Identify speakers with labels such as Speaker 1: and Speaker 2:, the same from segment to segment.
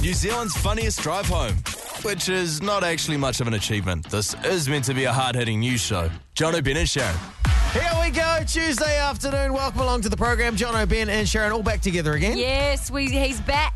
Speaker 1: New Zealand's funniest drive home, which is not actually much of an achievement. This is meant to be a hard hitting news show. Jono, Ben, and Sharon.
Speaker 2: Here we go, Tuesday afternoon. Welcome along to the program. John O'Ben and Sharon all back together again.
Speaker 3: Yes, we, he's back.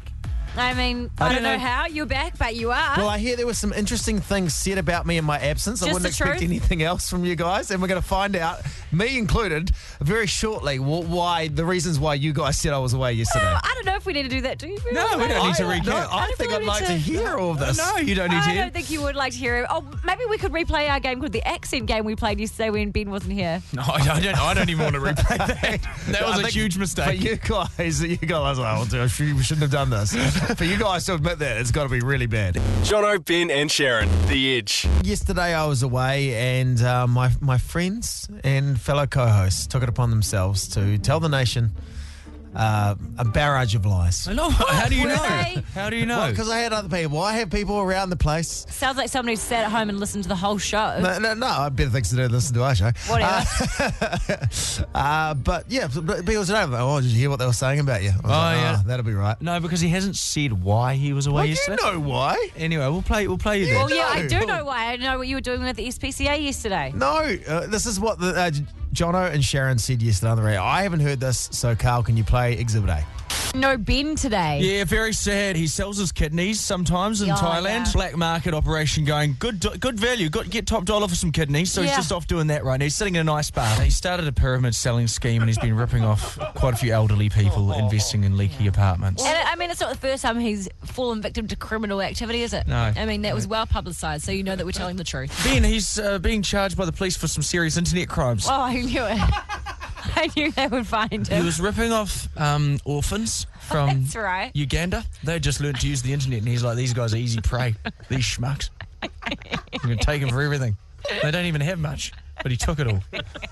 Speaker 3: I mean, I, don't, know, how you're back, but you are.
Speaker 2: Well, I hear there were some interesting things said about me in my absence. I
Speaker 3: Just
Speaker 2: wouldn't
Speaker 3: the
Speaker 2: expect
Speaker 3: truth.
Speaker 2: anything else from you guys, and we're going to find out, me included, very shortly, wh- why the reasons why you guys said I was away yesterday.
Speaker 3: I don't know if we need to do that, do you?
Speaker 4: No, we don't
Speaker 2: I,
Speaker 4: need to
Speaker 2: no,
Speaker 4: recap.
Speaker 2: I,
Speaker 3: don't
Speaker 2: think
Speaker 3: think
Speaker 2: I'd
Speaker 3: we
Speaker 2: like
Speaker 3: need
Speaker 2: to
Speaker 3: to-
Speaker 2: hear all this.
Speaker 4: No, you don't need
Speaker 3: I
Speaker 4: to.
Speaker 3: don't think you would like to hear it. Oh, maybe we could replay our game called the accent game we played yesterday when Ben wasn't here.
Speaker 4: No, I don't, I don't. I don't even want to replay that. That was
Speaker 2: a
Speaker 4: a huge
Speaker 2: For
Speaker 4: mistake.
Speaker 2: you guys, you guys, oh, dude, we shouldn't have done this. for you guys to admit that, it's got to be really bad.
Speaker 1: Jono, Ben, and Sharon. The Edge.
Speaker 2: Yesterday I was away, and uh, my my friends and fellow co-hosts took it upon themselves to tell the nation uh, a barrage of lies.
Speaker 4: I know. How do you
Speaker 3: Were
Speaker 4: know?
Speaker 3: they?
Speaker 4: How do you know?
Speaker 2: Because I had other people. I had people around the place.
Speaker 3: Sounds like somebody sat at home and listened to the whole show.
Speaker 2: No, no, no I better things to do than listen to our show.
Speaker 3: Whatever.
Speaker 2: Uh, but yeah, but people said, "Oh, did you hear what they were saying about you?" I was oh
Speaker 4: yeah.
Speaker 2: that'll be right.
Speaker 4: no, because he hasn't said why he was away
Speaker 2: Well, you
Speaker 4: yesterday.
Speaker 2: know why?
Speaker 4: Anyway, we'll play. We'll play you
Speaker 3: well,
Speaker 4: that.
Speaker 3: Oh, yeah, I
Speaker 2: no.
Speaker 3: do know why. I know what you were doing with the SPCA yesterday.
Speaker 2: No, uh, this is what the, uh, Jono and Sharon said yesterday on the radio. I haven't heard this, so Carl, can you play Exhibit A?
Speaker 3: No Ben today.
Speaker 4: Yeah, very sad. He sells his kidneys sometimes in
Speaker 3: Yeah,
Speaker 4: Thailand.
Speaker 3: yeah.
Speaker 4: Black market operation going good. do- Good value. Got get top dollar for some kidneys. So he's
Speaker 3: Yeah.
Speaker 4: just off doing that right now. He's sitting in a nice bar. He started a pyramid selling scheme and he's been ripping off quite a few elderly people investing in leaky apartments.
Speaker 3: And I mean, it's not the first time he's fallen victim to criminal activity, is it?
Speaker 4: No.
Speaker 3: I mean, that was well publicised, so you know that we're telling the truth.
Speaker 4: Ben, he's uh, being charged by the police for some serious internet crimes.
Speaker 3: Oh, I knew it. I knew they would find
Speaker 4: He
Speaker 3: him.
Speaker 4: was ripping off um, orphans from
Speaker 3: That's right.
Speaker 4: Uganda. They just learned to use the internet, and he's like, "These guys are easy prey. These schmucks. You can take them for everything. They don't even have much." But he took it all,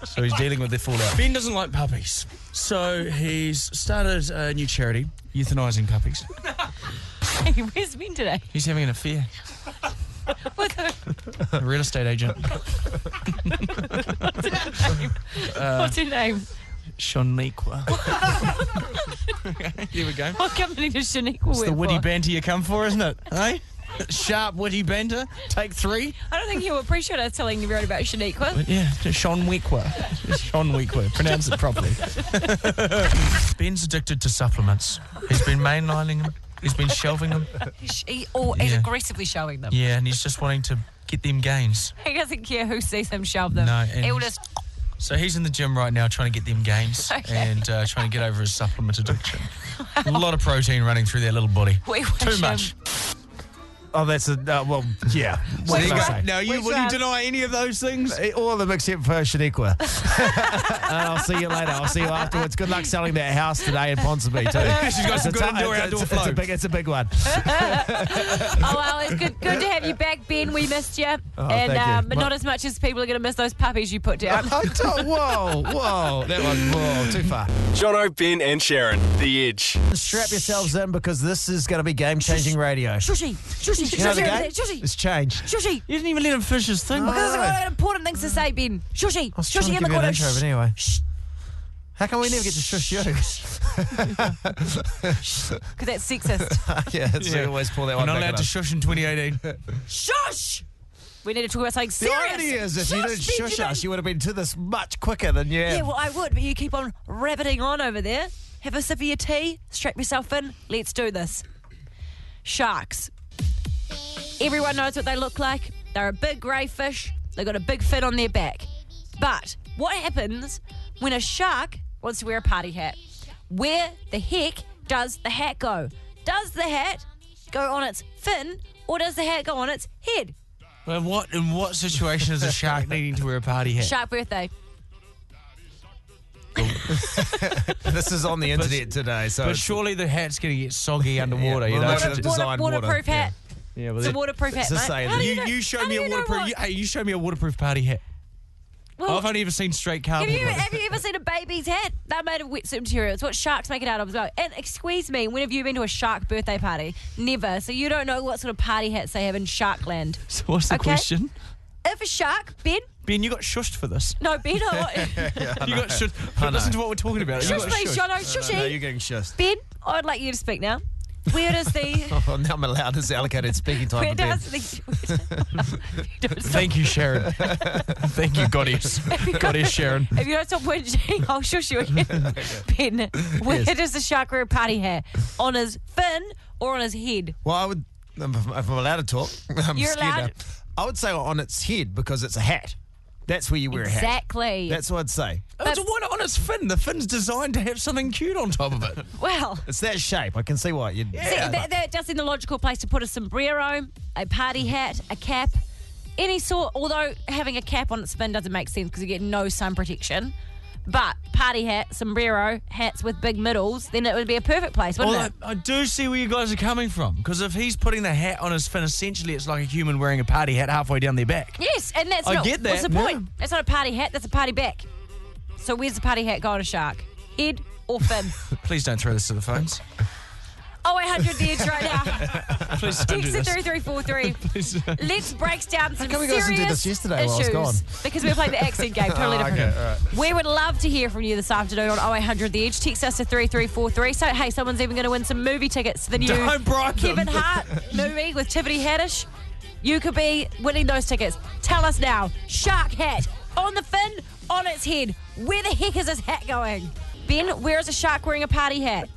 Speaker 4: so he's dealing with their fallout. Ben doesn't like puppies, so he's started a new charity, euthanising puppies.
Speaker 3: Hey, where's Ben today?
Speaker 4: He's having an affair.
Speaker 3: What
Speaker 2: Uh,
Speaker 3: the-
Speaker 4: A real estate agent,
Speaker 3: What's her name?
Speaker 4: Shaniqua. Here we go.
Speaker 3: What company does Shaniqua work
Speaker 4: It's the witty
Speaker 3: for?
Speaker 4: banter you come for, isn't it? Hey, sharp witty banter. Take three.
Speaker 3: I don't think you appreciate us telling everyone about Shaniqua.
Speaker 4: Yeah, Sean Weekwa. Sean Weekwa. Pronounce it properly. Ben's addicted to supplements. He's been mainlining them. He's been shelving them.
Speaker 3: She, or he's
Speaker 4: Yeah.
Speaker 3: aggressively showing them.
Speaker 4: Yeah, and he's just wanting to get them gains.
Speaker 3: He doesn't care who sees him shove them.
Speaker 4: No, and
Speaker 3: He'll
Speaker 4: he's-
Speaker 3: just
Speaker 4: So he's in the gym right now trying to get them gains
Speaker 3: Okay.
Speaker 4: and uh, trying to get over his supplement addiction. A lot of protein running through that little body.
Speaker 3: we wish
Speaker 4: Too much.
Speaker 3: Him.
Speaker 2: Oh, that's a uh, well, yeah.
Speaker 4: So
Speaker 2: What
Speaker 4: there
Speaker 2: did
Speaker 4: you
Speaker 2: I
Speaker 4: go.
Speaker 2: say?
Speaker 4: Now, you
Speaker 3: Wait,
Speaker 4: wouldn't
Speaker 3: so-
Speaker 4: deny any of those things?
Speaker 2: Eh, All of them except for Shaniqua. and I'll see you later. I'll see you afterwards. Good luck selling that house today in Ponsonby too.
Speaker 4: She's got some good
Speaker 2: a-
Speaker 4: indoor
Speaker 2: it's-
Speaker 4: outdoor
Speaker 2: it's, it's
Speaker 4: flow.
Speaker 2: a big, it's a big one.
Speaker 3: Oh well, it's good, good to have you back, Ben. We missed you, and
Speaker 2: Oh, thank you. Oh.
Speaker 3: um, but
Speaker 2: My-
Speaker 3: not as much as people are going to miss those puppies you put down.
Speaker 2: I don't, whoa, whoa, that one, whoa, too far.
Speaker 1: Jono, Ben, and Sharon. The Edge.
Speaker 2: Strap yourselves in because this is going to be game-changing radio.
Speaker 3: Shushy, shushy,
Speaker 2: You know the
Speaker 3: shushy,
Speaker 2: game?
Speaker 3: shushy,
Speaker 2: It's change.
Speaker 3: shushy.
Speaker 4: You didn't even let him finish his thing.
Speaker 3: Because I've got important things to say, Ben. Shushy,
Speaker 2: I was trying to
Speaker 3: shushy
Speaker 2: give
Speaker 3: in the
Speaker 2: you an
Speaker 3: corner.
Speaker 2: intro, but anyway. How come we never get to shush you?
Speaker 3: Because that's sexist.
Speaker 2: yeah, that's
Speaker 4: Yeah.
Speaker 2: we always pull that
Speaker 4: I'm
Speaker 2: one
Speaker 4: not
Speaker 2: back
Speaker 4: allowed
Speaker 2: on
Speaker 4: to
Speaker 2: us.
Speaker 4: shush in 2018.
Speaker 3: Shush. We need to talk about something
Speaker 2: The
Speaker 3: serious.
Speaker 2: irony is, if you didn't
Speaker 3: Shush, Ben,
Speaker 2: shush
Speaker 3: you
Speaker 2: us, you would have been to this much quicker than you have.
Speaker 3: Yeah, well, I would, but you keep on rabbiting on over there. Have a sip of your tea, strap yourself in. Let's do this. Sharks. Everyone knows what they look like. They're a big grey fish. They've got a big fin on their back. But what happens when a shark wants to wear a party hat? Where the heck does the hat go? Does the hat go on its fin or does the hat go on its head?
Speaker 4: Well, what in what situation is a shark needing to wear a party hat?
Speaker 3: Shark birthday.
Speaker 2: This is on the internet today, so
Speaker 4: But
Speaker 2: it's-
Speaker 4: surely the hat's going to get soggy underwater,
Speaker 2: Yeah,
Speaker 4: you know.
Speaker 2: well, that's
Speaker 4: It's
Speaker 3: Water,
Speaker 2: a
Speaker 4: just-
Speaker 2: design
Speaker 3: water,
Speaker 2: water,
Speaker 3: waterproof
Speaker 2: yeah.
Speaker 3: hat.
Speaker 4: yeah, well,
Speaker 3: It's a
Speaker 4: that-
Speaker 3: waterproof hat,
Speaker 2: to
Speaker 3: mate.
Speaker 2: say
Speaker 3: How
Speaker 2: that-
Speaker 3: do
Speaker 4: you,
Speaker 3: know-
Speaker 4: you show
Speaker 3: how
Speaker 4: me
Speaker 3: do
Speaker 4: a
Speaker 3: you know
Speaker 4: waterproof.
Speaker 3: what-
Speaker 4: You, hey, you show me a waterproof party hat.
Speaker 3: Well,
Speaker 4: I've only ever seen straight
Speaker 3: have
Speaker 4: cardboard.
Speaker 3: you,
Speaker 4: ones.
Speaker 3: have you ever seen a baby's head? They're made of wetsuit material. It's what sharks make it out of as well. And excuse me, when have you been to a shark birthday party? Never. So you don't know what sort of party hats they have in Sharkland.
Speaker 4: So what's the
Speaker 3: Okay.
Speaker 4: question?
Speaker 3: If a shark, Ben,
Speaker 4: Ben, you got shushed for this.
Speaker 3: no, Ben, I want,
Speaker 4: you got shushed.
Speaker 2: I know.
Speaker 4: Listen to what we're talking about. You
Speaker 3: shush
Speaker 4: got
Speaker 3: please,
Speaker 4: shushed.
Speaker 3: Jono,
Speaker 2: No, you're
Speaker 3: shushy.
Speaker 2: getting shushed.
Speaker 3: Ben, I'd like you to speak now. Where does the.
Speaker 2: Oh, now I'm allowed his allocated speaking time.
Speaker 3: Where
Speaker 2: in bed.
Speaker 3: does the.
Speaker 4: Thank you, Sharon. Thank you, Goddess. Goddess Sharon.
Speaker 3: If you don't stop whinging, I'll shush you again. Ben, where does the shark wear a party hat? On his fin or on his head?
Speaker 2: Well, I would, if if I'm allowed to talk, I'm
Speaker 3: You're
Speaker 2: scared
Speaker 3: allowed.
Speaker 2: now. I would say on its head because it's a hat. That's where you wear a hat.
Speaker 3: Exactly.
Speaker 2: That's what I'd say.
Speaker 4: That's a one on its fin. The fin's designed to have something cute on top of it.
Speaker 3: well.
Speaker 2: It's that shape. I can see why you'd.
Speaker 3: See, that, that does seem the logical place to put a sombrero, a party hat, a cap, any sort. Although having a cap on its fin doesn't make sense because you get no sun protection. But party hat, sombrero, hats with big middles, then it would be a perfect place, wouldn't
Speaker 4: Well,
Speaker 3: it?
Speaker 4: I, I do see where you guys are coming from because if he's putting the hat on his fin, essentially it's like a human wearing a party hat halfway down their back.
Speaker 3: Yes, and that's
Speaker 4: I
Speaker 3: not,
Speaker 4: get
Speaker 3: what's the
Speaker 4: that,
Speaker 3: point?
Speaker 4: yeah.
Speaker 3: That's not a party hat, that's a party back. So where's the party hat going to shark? Head or fin?
Speaker 4: Please don't throw this to the phones.
Speaker 3: 0800 the edge right now.
Speaker 4: Please don't do
Speaker 3: Text it
Speaker 4: this.
Speaker 3: 3343.
Speaker 4: Please don't.
Speaker 3: Let's break down some
Speaker 2: we
Speaker 3: serious
Speaker 2: guys didn't do this yesterday while I was
Speaker 3: issues
Speaker 2: gone?
Speaker 3: because we played the accent game. Totally
Speaker 4: Ah,
Speaker 2: Oh,
Speaker 3: different.
Speaker 2: okay, all
Speaker 3: We would love to hear from you this afternoon on 0800 The Edge. Text us to 3343. So, hey, someone's even going to win some movie tickets to the new
Speaker 4: Don't bribe them.
Speaker 3: Kevin Hart movie with Tiffany Haddish. You could be winning those tickets. Tell us now. Shark hat on the fin, on its head. Where the heck is this hat going? Ben, where is a shark wearing a party hat?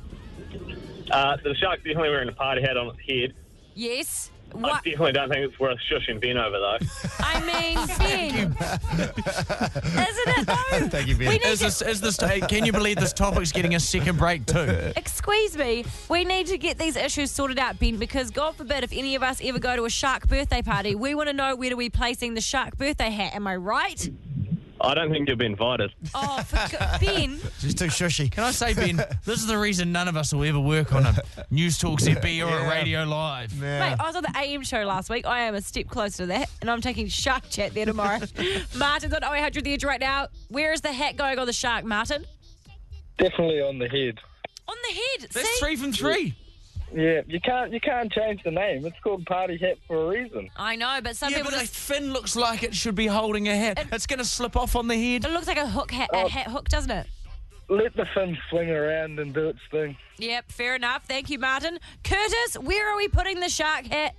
Speaker 5: Uh, so the shark's definitely wearing a party hat on its head.
Speaker 3: Yes.
Speaker 5: I
Speaker 3: What?
Speaker 5: definitely don't think it's worth shushing Ben over, though.
Speaker 3: I mean, Ben. Isn't it though?
Speaker 2: Thank you, Ben.
Speaker 3: We need
Speaker 4: Is
Speaker 3: to-
Speaker 4: this, is this, hey, can you believe this topic's getting a second break too?
Speaker 3: Excuse me, we need to get these issues sorted out, Ben, because God forbid if any of us ever go to a shark birthday party, we want to know where are we placing the shark birthday hat. Am I right?
Speaker 5: I don't think you'll be invited.
Speaker 3: Oh, for go- Ben,
Speaker 2: She's too shushy.
Speaker 4: Can I say, Ben, this is the reason none of us will ever work on a News Talk ZB or
Speaker 2: Yeah.
Speaker 4: a Radio Live.
Speaker 3: mate, I was on the AM show last week. I am a step closer to that, and I'm taking shark chat there tomorrow. Martin's on 0800 The Edge right now. Where is the hat going on the shark, Martin?
Speaker 6: Definitely on the head.
Speaker 3: On the head.
Speaker 4: That's
Speaker 3: See?
Speaker 4: three from three.
Speaker 6: Yeah, you can't you can't change the name. It's called Party Hat for a reason.
Speaker 3: I know, but some
Speaker 4: Yeah,
Speaker 3: people
Speaker 4: but a
Speaker 3: just.
Speaker 4: fin looks like it should be holding a hat. It's going to slip off on the head.
Speaker 3: It looks like a hook hat,
Speaker 4: Oh.
Speaker 3: a hat hook, doesn't it?
Speaker 6: Let the fin swing around and do its thing.
Speaker 3: Yep, fair enough. Thank you, Martin. Curtis, where are we putting the shark hat?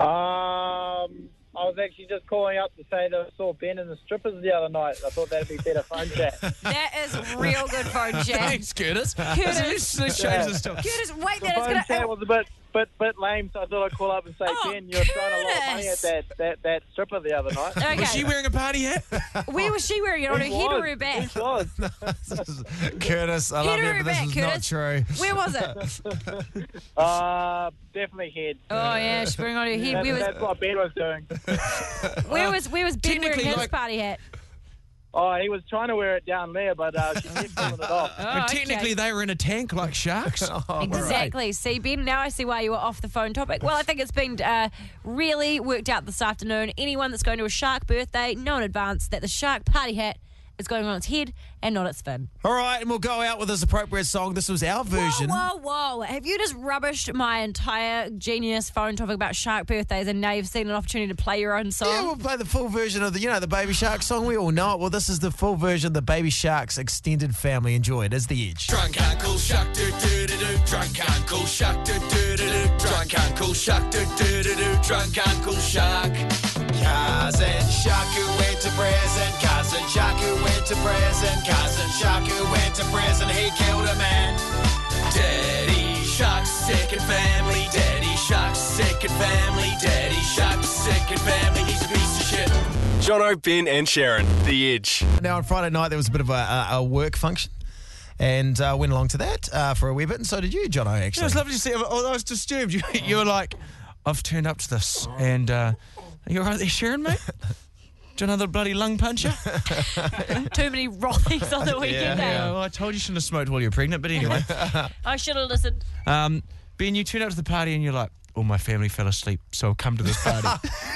Speaker 7: Um, I was actually just calling up to say that I saw Ben and the strippers the other night. I thought that'd be better phone chat.
Speaker 3: That is real good phone chat.
Speaker 4: Thanks, Curtis.
Speaker 3: Curtis.
Speaker 4: Let's, let's change this topic.
Speaker 3: Curtis, wait,
Speaker 7: The phone
Speaker 3: that is
Speaker 7: chat
Speaker 3: gonna.
Speaker 7: was a bit, bit, bit lame, so I thought I'd call up and say,
Speaker 3: Oh,
Speaker 7: Ben, you were throwing a lot of money at
Speaker 3: Curtis.
Speaker 7: that, that, that stripper the other night.
Speaker 3: uh, Okay,
Speaker 4: Was she wearing a party hat?
Speaker 3: Oh, where was she wearing it? On her
Speaker 7: It
Speaker 3: head or
Speaker 7: was.
Speaker 3: her back?
Speaker 7: It was.
Speaker 2: Curtis, I love
Speaker 3: Peter,
Speaker 2: you, but this
Speaker 3: back,
Speaker 2: is not
Speaker 3: Curtis.
Speaker 2: true.
Speaker 3: Where was it?
Speaker 7: Uh, definitely head.
Speaker 3: Oh yeah, she wearing it on her head.
Speaker 7: That's,
Speaker 3: Where was
Speaker 7: that's what Ben was doing.
Speaker 3: where was where was Ben wearing
Speaker 4: technically,
Speaker 3: his
Speaker 4: like-
Speaker 3: party hat?
Speaker 7: Oh, he was trying to wear it down there, but uh, she kept pulling it off.
Speaker 3: Oh,
Speaker 4: but
Speaker 3: okay.
Speaker 4: technically, they were in a tank like sharks.
Speaker 3: Exactly. See, Ben, now I see why you were off the phone topic. Well, I think it's been uh, really worked out this afternoon. Anyone that's going to a shark birthday, know in advance that the shark party hat is going on its head and not its fin.
Speaker 2: All right, and we'll go out with this appropriate song. This was our version.
Speaker 3: Whoa, whoa, whoa. Have you just rubbished my entire genius phone topic about shark birthdays and now you've seen an opportunity to play your own song?
Speaker 2: Yeah, we'll play the full version of the, you know, the Baby Shark song. We all know it. Well, this is the full version. The Baby Shark's extended family enjoy it. It's the Edge.
Speaker 8: Drunk uncle shuck do do do do. Drunk uncle shuck do do do do. Drunk uncle shuck do do do do. Drunk uncle shuck. Cousin shark who went to prison. Cousin shark who went to prison. Cousin shark who went to prison. He killed a man. Daddy shark's second family. Daddy shark's second family. Daddy shark's second family. He's a piece of shit.
Speaker 1: Jono, Ben, and Sharon, The Edge.
Speaker 2: Now, on Friday night, there was a bit of a, a, a work function. And uh, went along to that uh, for a wee bit, and so did you, Jono.
Speaker 4: It
Speaker 2: Actually,
Speaker 4: was lovely to see. Although I was disturbed, you, you were like, "I've turned up to this," and uh, you're right there, Sharon, mate. Do another bloody lung puncher?
Speaker 3: Too many rollies on the weekend. eh?
Speaker 4: Yeah, well, I told you shouldn't have smoked while you were pregnant, but anyway.
Speaker 3: I should have listened.
Speaker 4: Um, ben, you turn up to the party and you're like, all my family fell asleep, so I'll come to this party.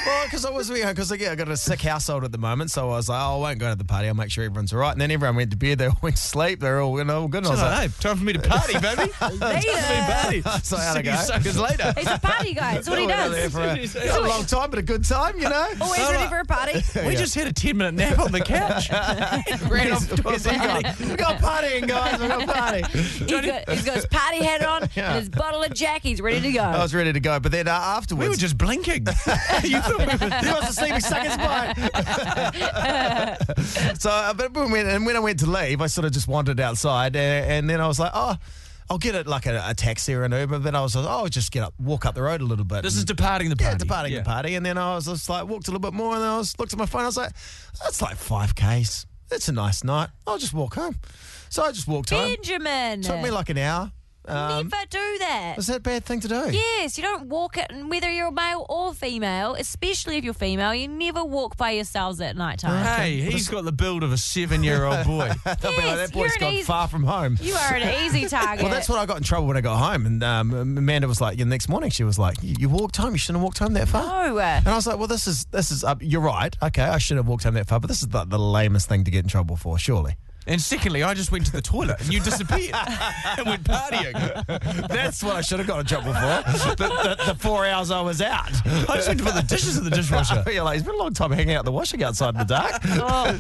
Speaker 2: Well, because I was because again I got a sick household at the moment, so I was like, oh, I won't go to the party. I'll make sure everyone's all right. And then everyone went to bed. They all went to sleep. They're all you know all good. And I was
Speaker 4: So,
Speaker 2: like,
Speaker 4: hey, time for me to party, baby. Time for me to party.
Speaker 2: So how'd it
Speaker 4: See you
Speaker 2: go?
Speaker 4: suckers later.
Speaker 3: He's a party guy. That's what he
Speaker 2: "Oh, we're there
Speaker 3: does.
Speaker 2: for a-
Speaker 4: He's
Speaker 2: It's a long time, but a good time, you know.
Speaker 4: Oh,
Speaker 3: Always ready for a party.
Speaker 4: We just had a 10 minute nap on the couch. Ran off to his
Speaker 2: we got partying, guys. We got party.
Speaker 3: He's got, he's got his party hat on
Speaker 2: Yeah.
Speaker 3: and his bottle of Jack. He's ready to
Speaker 2: I
Speaker 3: go.
Speaker 2: was ready to go, but then uh, afterwards,
Speaker 4: We were just blinking. you thought we were
Speaker 2: He wants to sleep. He stuck his mind. so, uh, but when, and when I went to leave, I sort of just wandered outside, and, and then I was like, oh. I'll get it like a, a taxi or an Uber, but I was like, oh, just get up, walk up the road a little bit.
Speaker 4: This is
Speaker 2: and-
Speaker 4: departing the
Speaker 2: yeah,
Speaker 4: party.
Speaker 2: departing the party. And then I was just like, walked a little bit more, and then I was looked at my phone. I was like, that's like five k's. It's a nice night. I'll just walk home. So I just walked home.
Speaker 3: Benjamin.
Speaker 2: Took me like an hour. Um,
Speaker 3: Never do that.
Speaker 2: was that a bad thing to do?
Speaker 3: Yes, you don't walk it, and whether you're male or female, especially if you're female, you never walk by yourselves at night time.
Speaker 4: Hey, he's got the build of a seven year old boy.
Speaker 2: They'll be like,
Speaker 3: Yes,
Speaker 2: that boy's
Speaker 3: you're an
Speaker 2: gone
Speaker 3: easy-
Speaker 2: far from home.
Speaker 3: You are an easy target.
Speaker 2: Well, that's what I got in trouble when I got home. And um, Amanda was like, the next morning, she was like, you you walked home. You shouldn't have walked home that far.
Speaker 3: No. uh,
Speaker 2: And I was like, well, this is, this is, uh, you're right. Okay, I shouldn't have walked home that far, but this is the, the lamest thing to get in trouble for, surely.
Speaker 4: and secondly, I just went to the toilet and you disappeared and went partying.
Speaker 2: That's what I should have got in trouble for. the, the, the four hours I was out.
Speaker 4: I just went to put the dishes in the dishwasher.
Speaker 2: You're like, it's been a long time hanging out in the washing outside in the dark.
Speaker 3: Oh.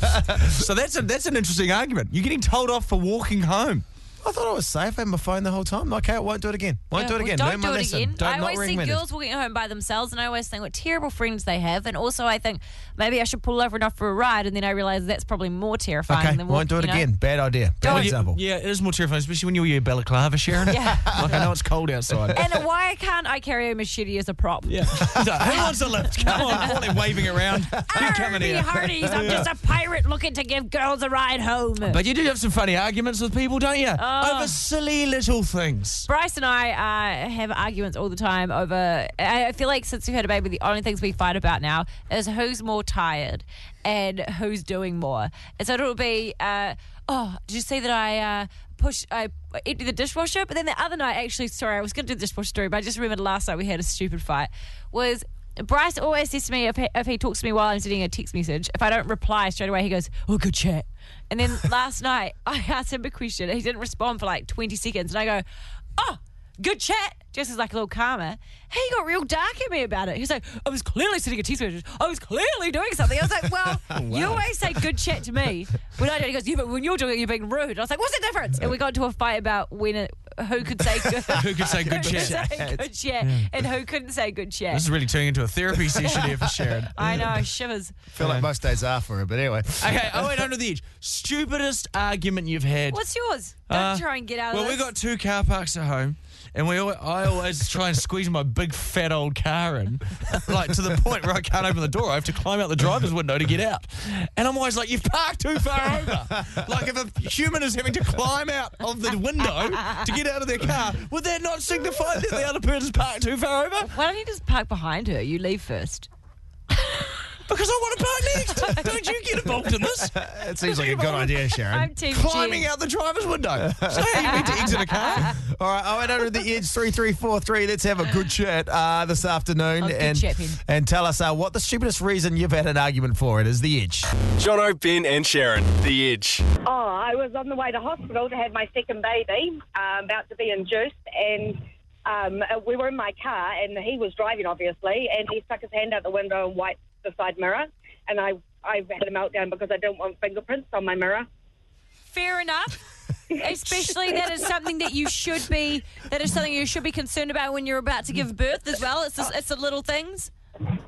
Speaker 4: So that's a, that's an interesting argument. You're getting told off for walking home.
Speaker 2: I thought I was safe. I had my phone the whole time. Okay, I won't do it again. Won't do it
Speaker 3: well,
Speaker 2: again.
Speaker 3: Don't
Speaker 2: Learn
Speaker 3: do
Speaker 2: my
Speaker 3: it
Speaker 2: lesson.
Speaker 3: again.
Speaker 2: Don't,
Speaker 3: I
Speaker 2: not
Speaker 3: always think
Speaker 2: recommended.
Speaker 3: girls walking home by themselves, and I always think what terrible friends they have. And also, I think maybe I should pull over and offer a ride, and then I realise that's probably more terrifying
Speaker 2: Okay,
Speaker 3: than
Speaker 2: won't do it
Speaker 3: walking, you know.
Speaker 2: again. Bad idea. Bad
Speaker 4: Well, you-
Speaker 2: example.
Speaker 4: yeah, it is more terrifying, especially when you wear your balaclava, Sharon.
Speaker 3: Yeah.
Speaker 4: Like, I know it's cold outside.
Speaker 3: And why can't I carry a machete as a prop?
Speaker 4: yeah. So, who wants a lift? Come on, all they're waving around. You
Speaker 3: Arr,
Speaker 4: coming
Speaker 3: me
Speaker 4: here.
Speaker 3: hearties, Ah, I'm just a pirate looking to give girls a ride home.
Speaker 4: But you do have some funny arguments with people, don't you?
Speaker 3: Oh.
Speaker 4: Over silly little things.
Speaker 3: Bryce and I uh, have arguments all the time over. I I feel like since we had a baby, the only things we fight about now is who's more tired and who's doing more. And so it'll be, uh, oh, did you see that I uh, push, I emptied the dishwasher? But then the other night, actually, sorry, I was going to do the dishwasher story, but I just remembered last night we had a stupid fight. Was Bryce always says to me if he, if he talks to me while I'm sending a text message, if I don't reply straight away, he goes, "Oh, good chat." And then last night I asked him a question, and he didn't respond for like 20 seconds, and I go, "Oh, good chat." Just as like a little karma, he got real dark at me about it. He's like, "I was clearly sending a text message. I was clearly doing something." I was like, "Well, you always say good chat to me when I do." it." He goes, "Yeah, but when you're doing it, you're being rude." I was like, "What's the difference?" And we got into a fight about when it, who could say good,
Speaker 4: Who could say good
Speaker 3: who could
Speaker 4: chat?
Speaker 3: say good chat, and who couldn't say good chat.
Speaker 4: This is really turning into a therapy session here for Sharon.
Speaker 3: I know, shivers.
Speaker 2: I feel like most days are for her, but anyway.
Speaker 4: Okay, oh wait, under the edge. Stupidest argument you've had.
Speaker 3: What's yours? Don't
Speaker 4: Uh,
Speaker 3: try and get out
Speaker 4: Well,
Speaker 3: of
Speaker 4: we
Speaker 3: this.
Speaker 4: got two car parks at home, and we always, I always try and squeeze my big fat old car in, like to the point where I can't open the door. I have to climb out the driver's window to get out, and I'm always like, "You've parked too far over." Like if a human is having to climb out of the window to get out of their car, would that not signify that the other person's parked too far over?
Speaker 3: Why don't you just park behind her? You leave first.
Speaker 4: Because I want to park next. Don't you get involved in this?
Speaker 2: It seems like a good idea, Sharon.
Speaker 3: I'm team
Speaker 4: Climbing
Speaker 3: Jen.
Speaker 4: out the driver's window. So you need to exit a car.
Speaker 2: All right, oh, and under the edge three three four three. Let's have a good chat uh, this afternoon
Speaker 3: Oh, good
Speaker 2: and
Speaker 3: chat, Ben.
Speaker 2: and tell us uh, what the stupidest reason you've had an argument for. It is the edge.
Speaker 1: Jono, Ben, and Sharon, The Edge.
Speaker 9: Oh, I was on the way to hospital to have my second baby, uh, about to be induced, and um, uh, we were in my car, and he was driving, obviously, and he stuck his hand out the window and wiped the side mirror, and I, I had a meltdown because I didn't want fingerprints on my mirror.
Speaker 3: Fair enough. Especially that is something that you should be that is something you should be concerned about when you're about to give birth as well. It's just, it's the little things.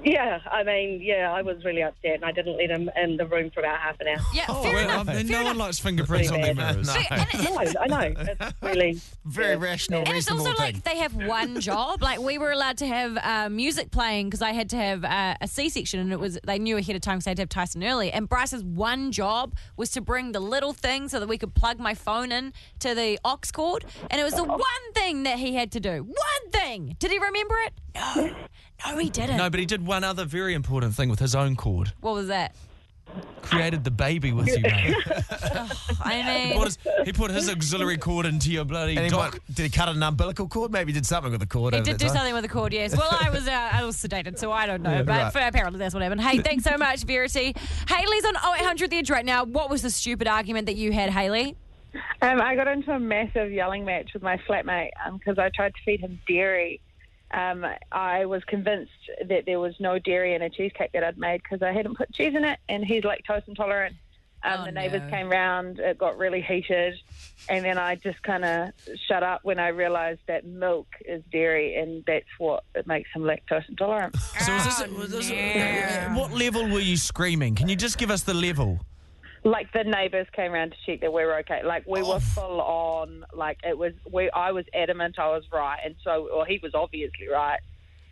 Speaker 9: Yeah, I mean, yeah, I was really upset, and I didn't let him in the room for about half an hour.
Speaker 3: Yeah, fair
Speaker 4: Well,
Speaker 3: enough.
Speaker 4: um,
Speaker 3: fair
Speaker 4: no
Speaker 3: enough.
Speaker 4: one likes fingerprints on
Speaker 9: Pretty
Speaker 4: their
Speaker 9: bad.
Speaker 4: mirrors.
Speaker 2: No.
Speaker 3: And it-
Speaker 9: No, I know. It's really
Speaker 2: Very rational,
Speaker 3: And it's
Speaker 2: reasonable
Speaker 3: also
Speaker 2: thing.
Speaker 3: like they have one job. Like we were allowed to have uh, music playing because I had to have uh, a C-section, and it was they knew ahead of time because I had to have Tyson early. And Bryce's one job was to bring the little thing so that we could plug my phone in to the aux cord, and it was the one thing that he had to do. One thing. Did he remember it? No, no, he didn't.
Speaker 4: No, but he did one other very important thing with his own cord.
Speaker 3: What was that?
Speaker 4: created the baby with you, mate.
Speaker 3: I
Speaker 4: He
Speaker 3: mean,
Speaker 4: put his, he put his auxiliary cord into your bloody
Speaker 2: And he
Speaker 4: dock.
Speaker 2: might- did he cut an umbilical cord? Maybe he did something with the cord.
Speaker 3: He
Speaker 2: over
Speaker 3: did
Speaker 2: that
Speaker 3: do
Speaker 2: time.
Speaker 3: something with the cord, yes. Well, I was uh, I was sedated, so I don't know.
Speaker 2: Yeah,
Speaker 3: but
Speaker 2: right.
Speaker 3: for- apparently that's what happened. Hey, thanks so much, Verity. Haley's on 0800 The Edge right now. What was the stupid argument that you had, Haley?
Speaker 10: Um, I got into a massive yelling match with my flatmate because I tried to feed him dairy. Um, I was convinced that there was no dairy in a cheesecake that I'd made because I hadn't put cheese in it, and he's lactose intolerant. Um,
Speaker 3: Oh,
Speaker 10: the neighbours
Speaker 3: no.
Speaker 10: came round, it got really heated, and then I just kind of shut up when I realised that milk is dairy, and that's what it makes him lactose intolerant.
Speaker 4: So was this, was this- what level were you screaming? Can you just give us the level?
Speaker 10: like the neighbors came round to check that we were okay. Like we
Speaker 4: Oh.
Speaker 10: were full on. Like it was. We I was adamant I was right, and so well he was obviously right.